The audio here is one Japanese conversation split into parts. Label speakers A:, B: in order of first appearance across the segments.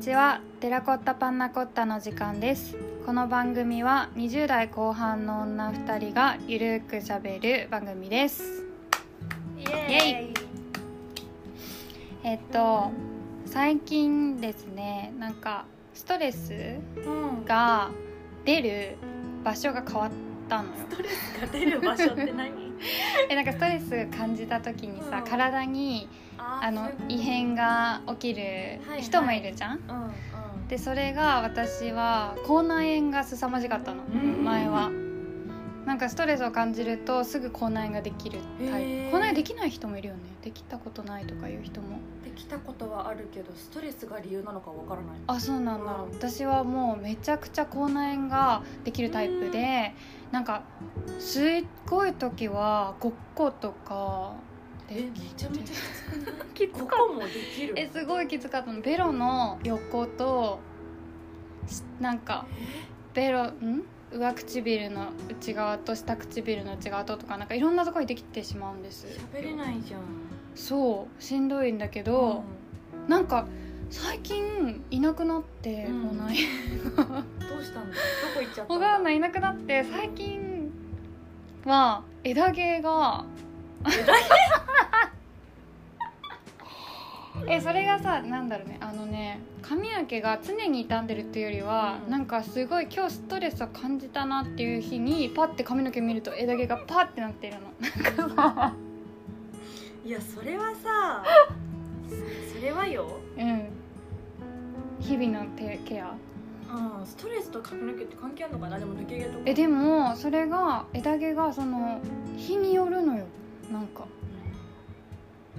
A: ちはテラコッタパンナコッタの時間ですこの番組は20代後半の女2人がゆるくしゃべる番組です
B: イ
A: エ
B: エ
A: えっと最近ですねなんかストレス
B: ーイうんが
A: が出る場所が変わったのよ
B: 出る場所って何
A: えなんかストレス感じた時にさ
B: うん
A: 体に
B: あ
A: あの異変が起きる
B: はい
A: 人もいるじゃん、
B: うんうん
A: でそれが私は口内炎が凄まじかったの
B: うん
A: 前はなんかストレスを感じるとすぐ口内炎ができるタイ
B: へ
A: プ口
B: ー
A: 内炎できない人もいるよねできたことないとかいう人も
B: できたことはあるけどストレスが理由なのかわからない
A: あそうなんだ、
B: うん
A: 私はもうめちゃくちゃ口内炎ができるタイプでなんかすっごい時は5個とか
B: え
A: で
B: めちゃめちゃきつくない
A: きつか
B: こ
A: った
B: こもできる
A: えすごいきつかったのベロの横としなんかベロん上唇の内側と下唇の内側ととかなんかいろんなとこにできてしまうんです
B: 喋れないじゃん
A: そうしんどいんだけど、なんか最近いなくなって、
B: うん
A: もうない
B: うんどうしたんだどこ行っちゃった
A: 小
B: ん
A: 川
B: だ
A: 菜いなくなって最近は枝毛が枝毛えそれがさなんだろうねあのね髪の毛が常に傷んでるっていうよりは、
B: うん
A: なんかすごい今日ストレスを感じたなっていう日にパッて髪の毛見ると枝毛がパッてなって るのなんかさ
B: いやそれは さそそれはよ
A: うん日々の手ケア
B: うんストレスと髪の毛って関係あるのかなでも抜け毛とか
A: えでもそれが枝毛がその日によるのよなんか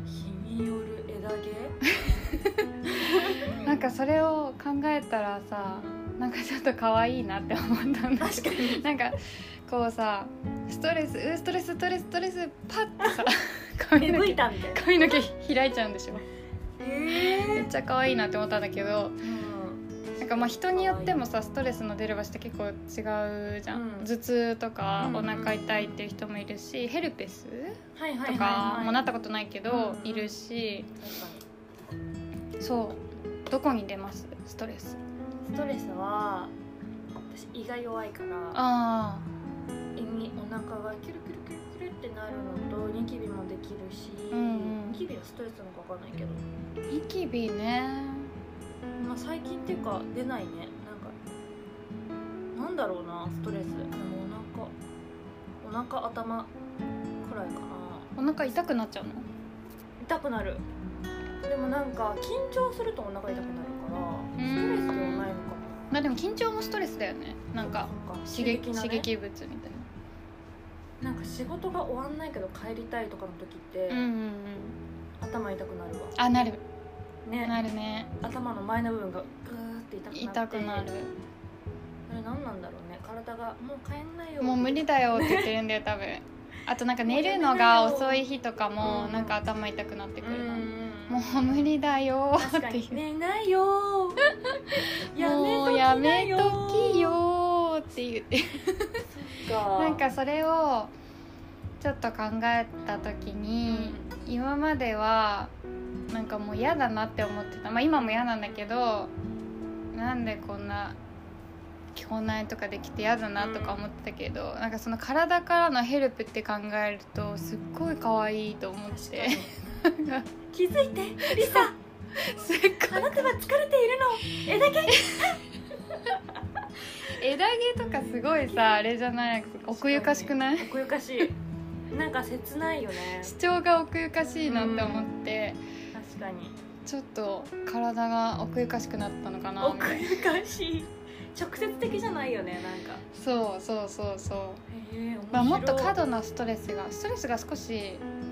B: 日による枝毛
A: なんかそれを考えたらさなんかちょっと可愛いなって思ったんだ
B: 確かに
A: なんかこうさストレスうストレスストレスストレスパッ てさ髪
B: 芽
A: の
B: 吹
A: 毛
B: いたみたい な
A: 髪の毛開いちゃうんでしょめ
B: え
A: っちゃ可愛いなって思ったんだけど
B: え
A: なんかまあ人によってもさストレスの出る場所って結構違うじゃん、
B: うん
A: 頭痛とか
B: うん
A: お腹痛いっていう人もいるしヘルペス
B: はいはいはい、はい、
A: とかもなったことないけど
B: うん
A: いるしそうどこに出ますストレス
B: ストレスは私胃が弱いから
A: あ
B: 胃にお腹がキュルキュルキュルキュルってなるのとニキビもできるし、
A: うんうん
B: ニキビはストレスなのかわかんないけど、
A: あニキビね
B: まあ、最近っていうか出ないねなんかなんだろうなストレスでもお腹お腹頭くらいかな
A: お腹痛くなっちゃうの
B: 痛くなるでもなんか緊張するとお腹痛くなるから
A: うん
B: ストレスではないのか
A: まあでも緊張もストレスだよね
B: な
A: なんか刺激
B: 刺激な、ね、
A: 刺激物みたいな
B: なんか仕事が終わんないけど帰りたいとかの時って、
A: うんうんうん
B: 頭痛くなるわ
A: あなる
B: ね
A: なるね
B: 頭の前の部分がグーって痛くなって
A: 痛くなる
B: あれ何なんだろうね体がもう帰んないよ
A: もう無理だよって言ってるんだよ多 分あとなんか寝るのが遅い日とかも
B: うん
A: なんか頭痛くなって
B: う
A: くるなも
B: ん
A: う無理だよ
B: 確か
A: って
B: に
A: 言
B: 寝ない よー
A: うもうやめ
B: なよ
A: ときよーって言って
B: ー
A: なんかそれをちょっと考えた時に、今まではなんかもう嫌だなって思ってたまあ今も嫌なんだけどなんでこんな聞こないとかできて嫌だなとか思ってたけど、なんかその体からのヘルプって考えるとすっごい可愛いと思っ
B: 確
A: て
B: かに気づい てリサ
A: すっごい
B: あなたは疲れているのえだけ
A: 枝毛とかすごいさあれじゃない奥ゆかしくない
B: 奥ゆかしいなんか切ないよね
A: 主張が奥ゆかしいなって思って、
B: 確かに
A: ちょっと体が奥ゆかしくなったのかなみた
B: 奥
A: いな
B: ゆかしい直接的じゃないよねなんか
A: そうそうそうそう
B: へえ
A: まあ、もっと過
B: 角
A: 度なストレスがストレスが少し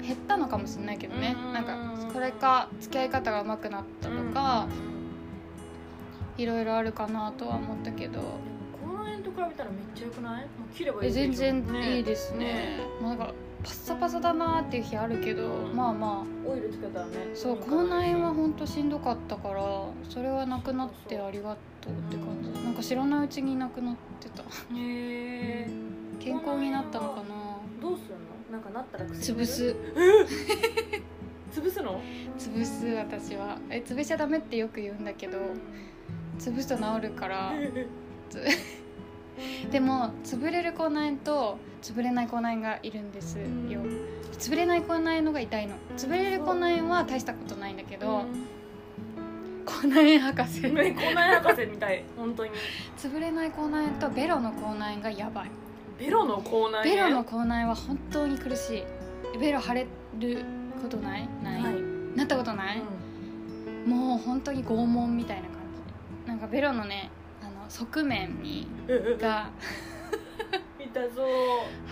A: 減ったのかもしれないけどね
B: うん
A: なんかこれか付き合い方が上手くなったとか、いろいろあるかなとは思ったけど
B: 公園と比べたらめっちゃ良くないもう切ればい
A: え
B: い
A: 全然いいですね
B: ね
A: まあ、なんかパッサパサだなっていう日あるけど、
B: うん
A: まあま
B: オイルつけたらね
A: あそう口内炎はほんとしんどかったからそれはなくなってありがとうって感じ
B: うん
A: なんか知らないうちになくなってた
B: へえ
A: 健康になったのかな
B: どうすんのなんかなったら薬
A: 潰
B: 塗る
A: す
B: 潰すの
A: 潰す私はえ潰しちゃダメってよく言うんだけど潰すと治るからでも潰れる口内炎と潰れない口内炎がいるんですよ、潰れない口内炎のが痛いの潰れる口内炎は大したことないんだけど、口内炎博士
B: うん、ね口内炎博士みたい本当に
A: 潰れない口内炎とベロの口内炎がやばい
B: ベロの口内炎
A: ベロの口内炎は本当に苦しいベロ腫れることないない、
B: はい、
A: なったことない、もう本当に拷問みたいな感じなんかベロのねあの側面に
B: うん、
A: が
B: 痛そう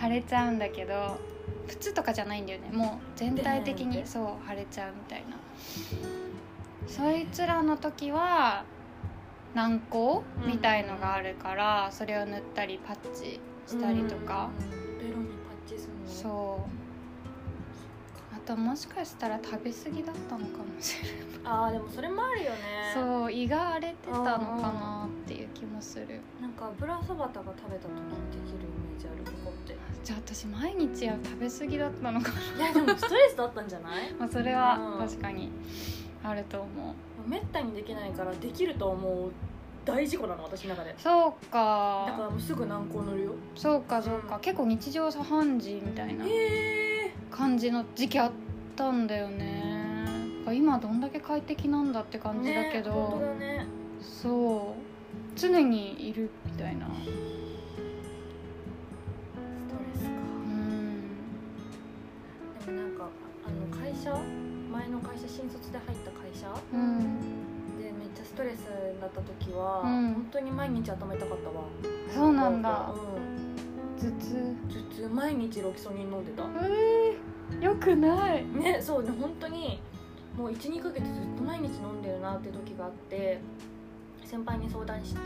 A: 腫れちゃうんだけどプツとかじゃないんだよねもう全体的
B: 出ないの
A: に
B: ね
A: そう腫れちゃうみたいなそいつらの時は軟膏
B: うん
A: みたいのがあるから、それを塗ったりパッチしたりとか、
B: うんベロにパッチするの
A: そうあともしかしたら食べ過ぎだったのかもしれ
B: ああでもそれもあるよね
A: ないそう胃が荒れてたのかなっていう気もする
B: なんか油そばたが食べた時にできるイメージあるここってい
A: じゃあ私毎日は食べ過ぎだったのかな、
B: やでもストレスだったんじゃない
A: まあ、それ
B: う
A: は
B: ん
A: 確かにあると思う
B: めったにできないからできると思う大事故なの私の中で
A: そう
B: だか
A: から
B: もうすぐ軟膏塗るよ
A: そうかそうか結構日常茶飯事みたいな
B: へえ
A: 感じの時期あったんだよね今どんだけ快適なんだって感じだけ
B: ね、本
A: ど、
B: 当だね
A: そう常にいるみたいなうん
B: ストレスかでもなんかあの会社前の会社新卒で入った会社
A: うん
B: でめっちゃストレスになった時は、
A: うん
B: 本当に毎日頭痛かったわ
A: そうなんだ
B: うん
A: 頭痛
B: 頭痛毎日ロキソニン飲んでた
A: えー、よくない
B: ねそうね本当にもう12ヶ月ずっと毎日飲んでるなって時があって先輩に相談して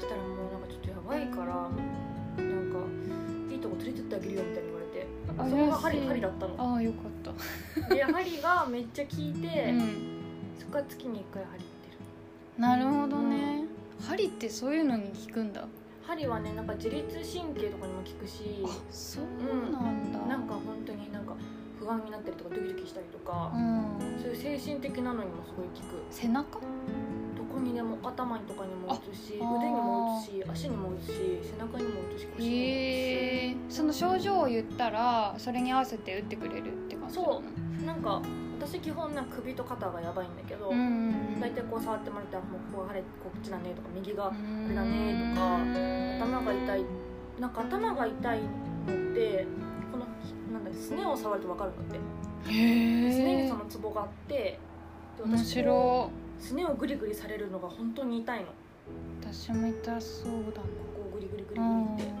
B: そしたらもうなんかちょっとやばいからなんかいいとこ連れてってあげるよみたいに言われて
A: 怪
B: そこが針針
A: しい
B: だったの
A: ああよかった
B: で針がめっちゃ効いて、
A: うん
B: そこは月に1回針打ってる
A: なるほどね針ってそういうのに効くんだ
B: 針はねなんか自律神経とかにも効くし
A: あそうなんだ
B: なんか本当になんか不安になったりとかドキドキしたりとか
A: う、ん
B: そういう精神的なのにもすごい効く
A: 背中
B: どこにでも頭にとかにも打つし腕
A: ああー
B: にも打つし足にも打つし背中にも打つし腰にも
A: へえその症状を言ったらそれに合わせて打ってくれるって感じなの
B: そ打つしなんか私基本なんか首と肩がやばいんだけど、
A: うんうん
B: 大体こう触ってもらったら「もうここが腫れこっちだね」とか「右が
A: こ
B: れだねとか頭が痛い」なんか頭が痛いのってこのなんだろうすねを触ると分かるんだって
A: へ
B: すね
A: え
B: にそのツボがあってで
A: 面
B: 私こ
A: 白
B: うすねをグリグリされるのが本当に痛いのこ
A: い私も痛そうだ
B: うグリグリグリグ
A: なうん
B: リって。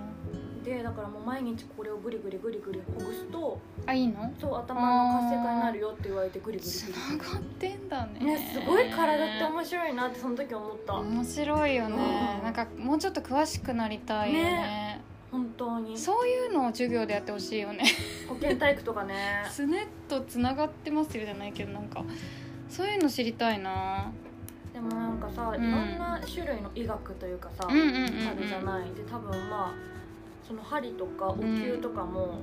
B: でだからもう毎日これをグリグリグリグリほぐすと
A: あいいの
B: そう頭の活性化になるよって言われてグリグリ
A: つ
B: グ
A: ながってんだね
B: リねすごい体って面白いなってその時思った
A: 面白いよね
B: うん
A: なんかもうちょっと詳しくなりたいよね
B: 本当に
A: そういうのを授業でやってほしいよね
B: 保健体育とかね
A: すねとつながってますよじゃないけどなんかそういうの知りたいな
B: でもなんかさ、
A: うん
B: いろんな種類の医学というかさ、
A: うんうんうんうん
B: あるじゃないで多分まあその針とかお灸とかも、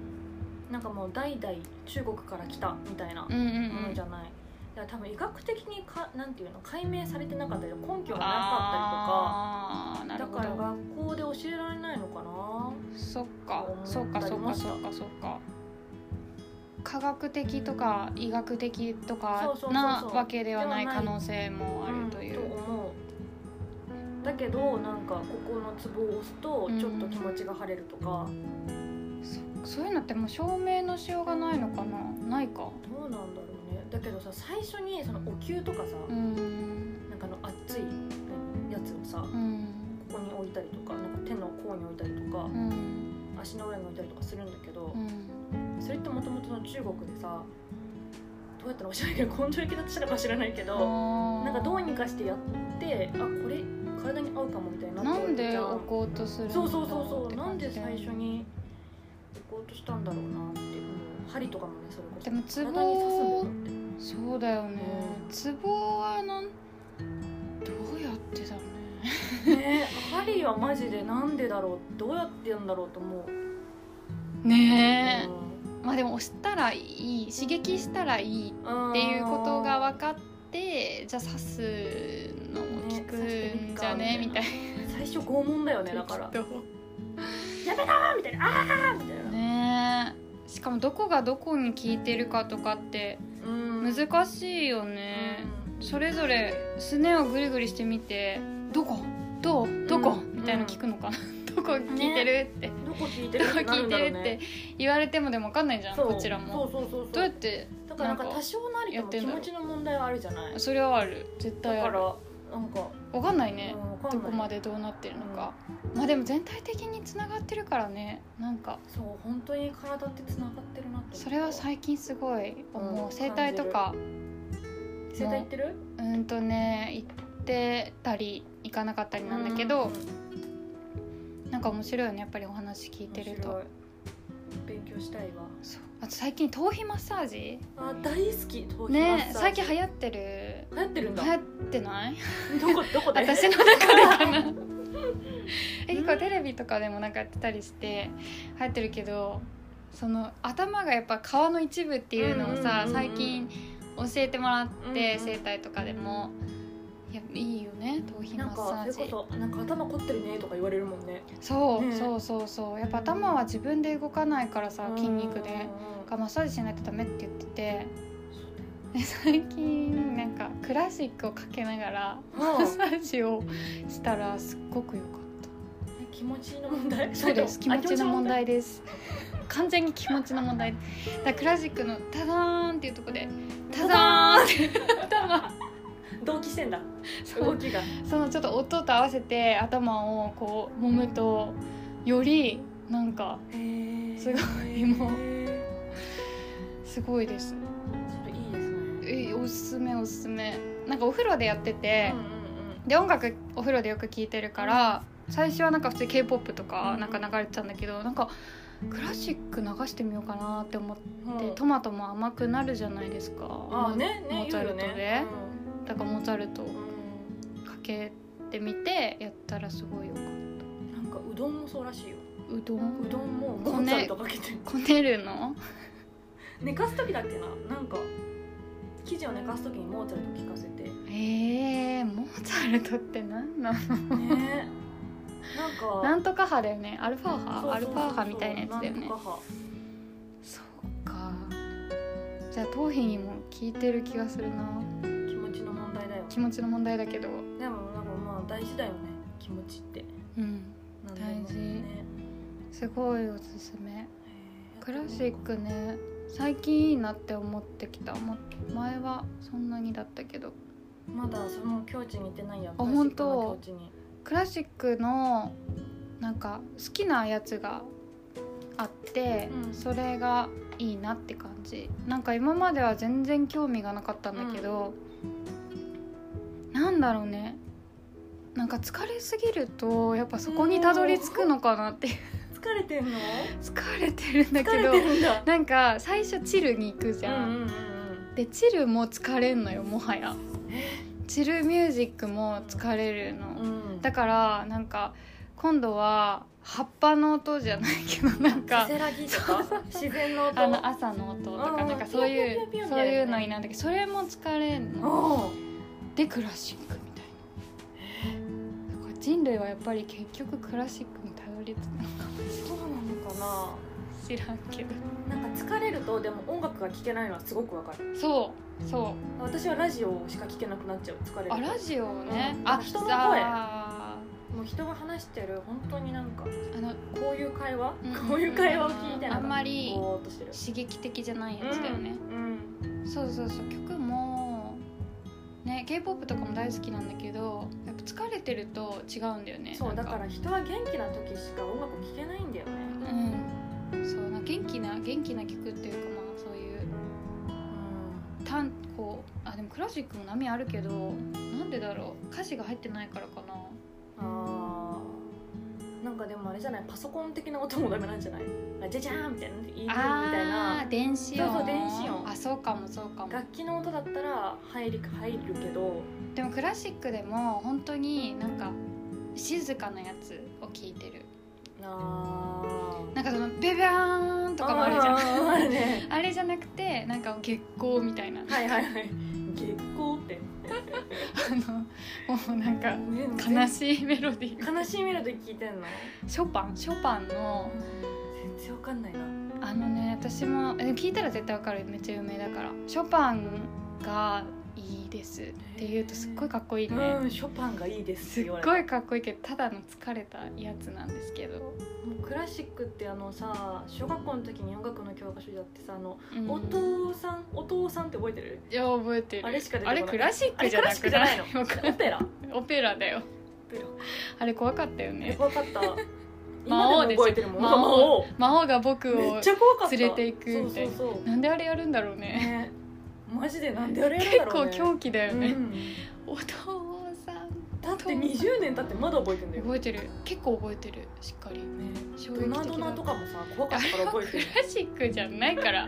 B: なんかもう代々中国から来たみたいな
A: うんうん
B: も
A: う
B: の
A: ん
B: じゃない、だから多分医学的にかなんていうの解明されてなかったりとか根拠がなか
A: あー
B: った
A: な
B: り
A: る
B: と
A: ほ
B: かだから
A: ど
B: 学校で教えられないのかな
A: そっか
B: 思った
A: そっかそっ
B: りも
A: か
B: した
A: そっかそっか科学的とか医学的とか
B: そうそうそうそう
A: なわけではない
B: ではな
A: 可
B: い
A: 能性もあるとい
B: ん
A: う
B: と思うだけどなんかここのツボを押すと
A: うん
B: ちょっと気持ちが晴れるとか、
A: そういうのってもう証明のしようがないのかなないか
B: どうなんだろうねだけどさ最初にそのお灸とかさ、
A: うん
B: なんかあの熱いやつをさ
A: うん
B: ここに置いたりとかなんか手の甲に置いたりとか
A: う、ん
B: 足の裏に置いたりとかするんだけど
A: う、ん
B: それってもともとの中国でさどうやったらおしゃれけど根性力だったのか知らないけど、
A: な
B: なんかどうにかしてやってあこれ体に合うかもみたいになって
A: なんで
B: じゃ
A: 置こうとするんだ
B: そ
A: ろ
B: うそうそう
A: っ
B: そう
A: て
B: なん
A: 感じ
B: で
A: だよね
B: 最初に行こうとしたんだろうなっていう針とかもねそれこそ
A: でもツボ
B: 体に刺すんだよ
A: そうだよね
B: うん
A: ツボはなんどうやってだろうね
B: だってね針はマジでなんでだろうどうやってやるんだろうと思う、
A: ねえまあでも押したらいい刺激したらいいっていうことが分
B: か
A: かっってじゃあ刺すのも効くんじゃね
B: ね
A: みたい
B: 最初拷問だよね
A: な
B: だから
A: きっ
B: あーみたいなあーみたい
A: と
B: な、
A: ねえしかもどこがどこに効いてるかとかって
B: うん
A: 難しいよね、それぞれすねをぐりぐりしてみて「どこどうどこ
B: うん
A: みたいなの聞くのかな「どこ聞いてる?」って
B: どこ聞
A: 「
B: いて
A: ど
B: る
A: こ
B: ってな
A: 聞
B: る
A: い
B: んだろ
A: て
B: う
A: る?」っ
B: ね
A: て言われてもでも分かんないじゃん
B: そう
A: こちらも
B: そうそうそう
A: どう
B: そ
A: やっ
B: う
A: て
B: だからなんか
A: なんか
B: 多少なりと
A: やっ
B: も
A: てん
B: 気
A: だろう
B: 持ちの問題はあるじゃないだ
A: それはある絶対あ
B: か
A: る
B: らなんか
A: 分かんないね、
B: うんわか
A: ど
B: んな
A: こ
B: い
A: までどうなってるのか、まあでも全体的につながってるからねなんか
B: そう本当に体ってつながってるなって
A: それは最近すごい思う、
B: うん
A: 整体とか
B: 世代行ってる
A: うんとね行ってたり行かなかったりなんだけど、なんか面白いよねやっぱりお話聞いてると
B: 勉強したいわ
A: そうあと最近頭皮マッサージ
B: あ大好き頭皮マッサージ
A: ね最近流行ってる
B: 流行ってるん
A: 流
B: だ
A: 行ってない
B: どこどこで
A: 私の中でかなえ結構テレビとかでもなんかやってたりして流行ってるけどその頭がやっぱ皮の一部っていうのをさ、
B: うんうんうんう
A: 最
B: ん
A: 近教えてもらって、
B: うんうん
A: 整体とかでもいやいいよね頭皮マ
B: なん
A: ッサ
B: か
A: ー
B: それ
A: ジ
B: こそなんか頭凝ってるねとか言われるもんね
A: そう,、
B: ね
A: そうそうそうやっぱ頭は自分で動かないからさ筋肉で
B: うん
A: がマッサージしないとダメって言っててで最近なんかクラシックをかけながらマッサージをしたらすっごく良かっ
B: 気持ちの問題
A: たそうです
B: あ
A: 気持ちの問題です完全に気持ちの問題だからクラシックの「タダーン」っていうとこで「タダーン」って
B: 同期してんだ
A: そ
B: 動
A: う
B: きが
A: そのちょっと音と合わせて頭をこう揉むとよりなんかす
B: す
A: ごいもう
B: う
A: すごいです
B: それいいですね
A: えおすすめおすすめなんかお風呂でやってて、
B: うんうんうん
A: で音楽お風呂でよく聴いてるから最初はなんか普通 k p o p とか
B: うん
A: なんか流れてたんだけどなんかクラシック流してみようかなって思って
B: うん
A: トマトも甘くなるじゃないですか
B: あねね
A: モーツァルトで
B: 言うよね
A: だからモーツァルトを
B: うん
A: かけてみてやったらすごいよかっ
B: うんなんかうどんもそうらしいよ
A: たうどん
B: うどんもコンサルトかけて
A: こねるの
B: 寝かす時だっけななんか生地を寝かす時にモーツァルト聞かせ てね
A: えー、モーツァルトって何なの
B: なんか
A: なんとか派だよねアルファ
B: そうそうそうそう
A: 派アルファ派みたいなやつだよ
B: なん
A: ね
B: とか派
A: そうかじゃあ頭皮にも効いてる気がするな
B: 気持ちの問題だよ
A: 気持ちの問題だけど
B: でもなんかまあ大事だよね気持ちって
A: うん
B: なんでもね
A: 大事すごいおすすめ
B: へー
A: クラシックね最近いいなって思ってきたも前はそんなにだったけど
B: まだその境地に行ってないや
A: あ本当
B: 境地に
A: クラシックのなんか好きなやつがあって、
B: うん
A: それがいいなって感じなんか今までは全然興味がなかったんだけど、なんだろうねなんか疲れすぎるとやっぱそこにたどり着くのかなっていう
B: 疲れてんの
A: 疲れてるんだ
B: 疲
A: け
B: れ
A: ど
B: てるんだ
A: なんか最初チルに行くじゃん、
B: うんうんうん
A: でチルも疲れんのよもはやチルミュージックも疲れるの、
B: うんうん
A: だからなんか今度は葉っぱの音じゃないけどなんか
B: せせらぎとか自然の音
A: あの朝の音と
B: う
A: か
B: ん
A: なんかそうい
B: ピヨピヨピヨ
A: う
B: ピヨみたいな
A: そう
B: ね
A: いうのになるんだけどそれも疲れんの
B: お
A: でクラシックみたいなだから人類はやっぱり結局クラシックにたどり着くのか
B: そうなのか
A: も知らんけど
B: ななんか疲れるとでも音楽が聴けないのはすごくわかる
A: そうそう
B: 私はラジオしか聴けなくなっちゃう疲れると
A: あラジオね、
B: うん
A: あ
B: 人の声
A: あ
B: もう人が話してる本当になんか
A: ーあの
B: こういう会話、
A: うん
B: こういう会話を聞いてなんか
A: あんまり
B: ぼーっとしてる
A: 刺激的じゃないやつだよね、
B: うんうん
A: そうそうそう曲もね k p o p とかも大好きなんだけどやっぱ疲れてると違うんだよね
B: そう
A: な
B: だ
A: ん
B: から人は元気な時しか音楽を聴けないんだよね
A: うんそうな元気な元気な曲っていうかまあそういう
B: うん
A: 単こうあでもクラシックも波あるけどなんでだろう歌詞が入ってないからかな
B: あーなんかでもあれじゃないパソコン的な音もダメなんじゃないあじゃじゃーんみたいな言いみたい
A: あ
B: な
A: ー電子音
B: そうそう電子音
A: あそうかもそうかも
B: 楽器の音だったら入る入るけど
A: でもクラシックでも本当になんか静かなやつを聴いてる
B: あー
A: なんかそのベビャ ーンとかもあるじゃん
B: ーあるね
A: あれじゃなくてなんか月光みたいな
B: はいはいはい月光って
A: あのもうなんか悲
B: 悲
A: しいメロディー
B: 悲しいメロディー聞いてんの
A: ショパンショパンの
B: 全然わかんないな
A: あのね私もえ聞いたら絶対わかるめっちゃ有名だからショパンがいいですって言うとすっごいかっこいいね、
B: うんショパンがいいです
A: すっごいかっこいいけどただの疲れたやつなんですけど、
B: もうクラシックってあのさ小学校の時に音楽の教科書であってさあの、
A: うん
B: お父さんお父さんって覚えてる
A: いや覚えてる
B: あれしか出
A: あ
B: てこない
A: れクラシッ
B: あ
A: ク
B: れ
A: じ
B: ク
A: ゃ
B: ラ
A: な
B: シッ
A: く
B: クじゃ
A: な
B: ない
A: い
B: の
A: わかんない
B: オペラ
A: オペラだよ
B: ペラ
A: あれ怖かったよね
B: 怖かった
A: 魔
B: 今
A: 王で
B: で
A: しょ
B: も覚えてるもん
A: 魔王
B: 魔王
A: 魔王が僕
B: め
A: を
B: っちゃ怖かった
A: 連れて行くみたいな
B: そうそうそう
A: なんであれやるんだろうね
B: ねマジでなんであれやるん
A: 結
B: だろ
A: 構
B: うね
A: 狂気だよね、
B: うん
A: お父さん
B: だって20年経ってまだ覚えてんだよ、ね、
A: 覚えてる結構覚えてるしっかり衝
B: ド
A: 撃的だ
B: ナドナとかもさ怖かったから覚え
A: ク
B: て
A: ラ
B: る
A: シックじゃないから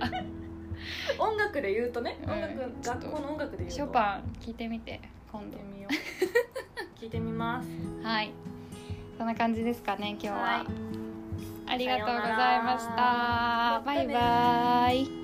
B: 音楽で言う とね音楽、
A: うん
B: 学校の音楽で言うと
A: ショパン聞いてみて今
B: 聞い
A: 度
B: てみよう聞いてみます
A: はいそんな感じですかね今日は、
B: はい
A: ありがとうございました
B: さようなら
A: バイバイ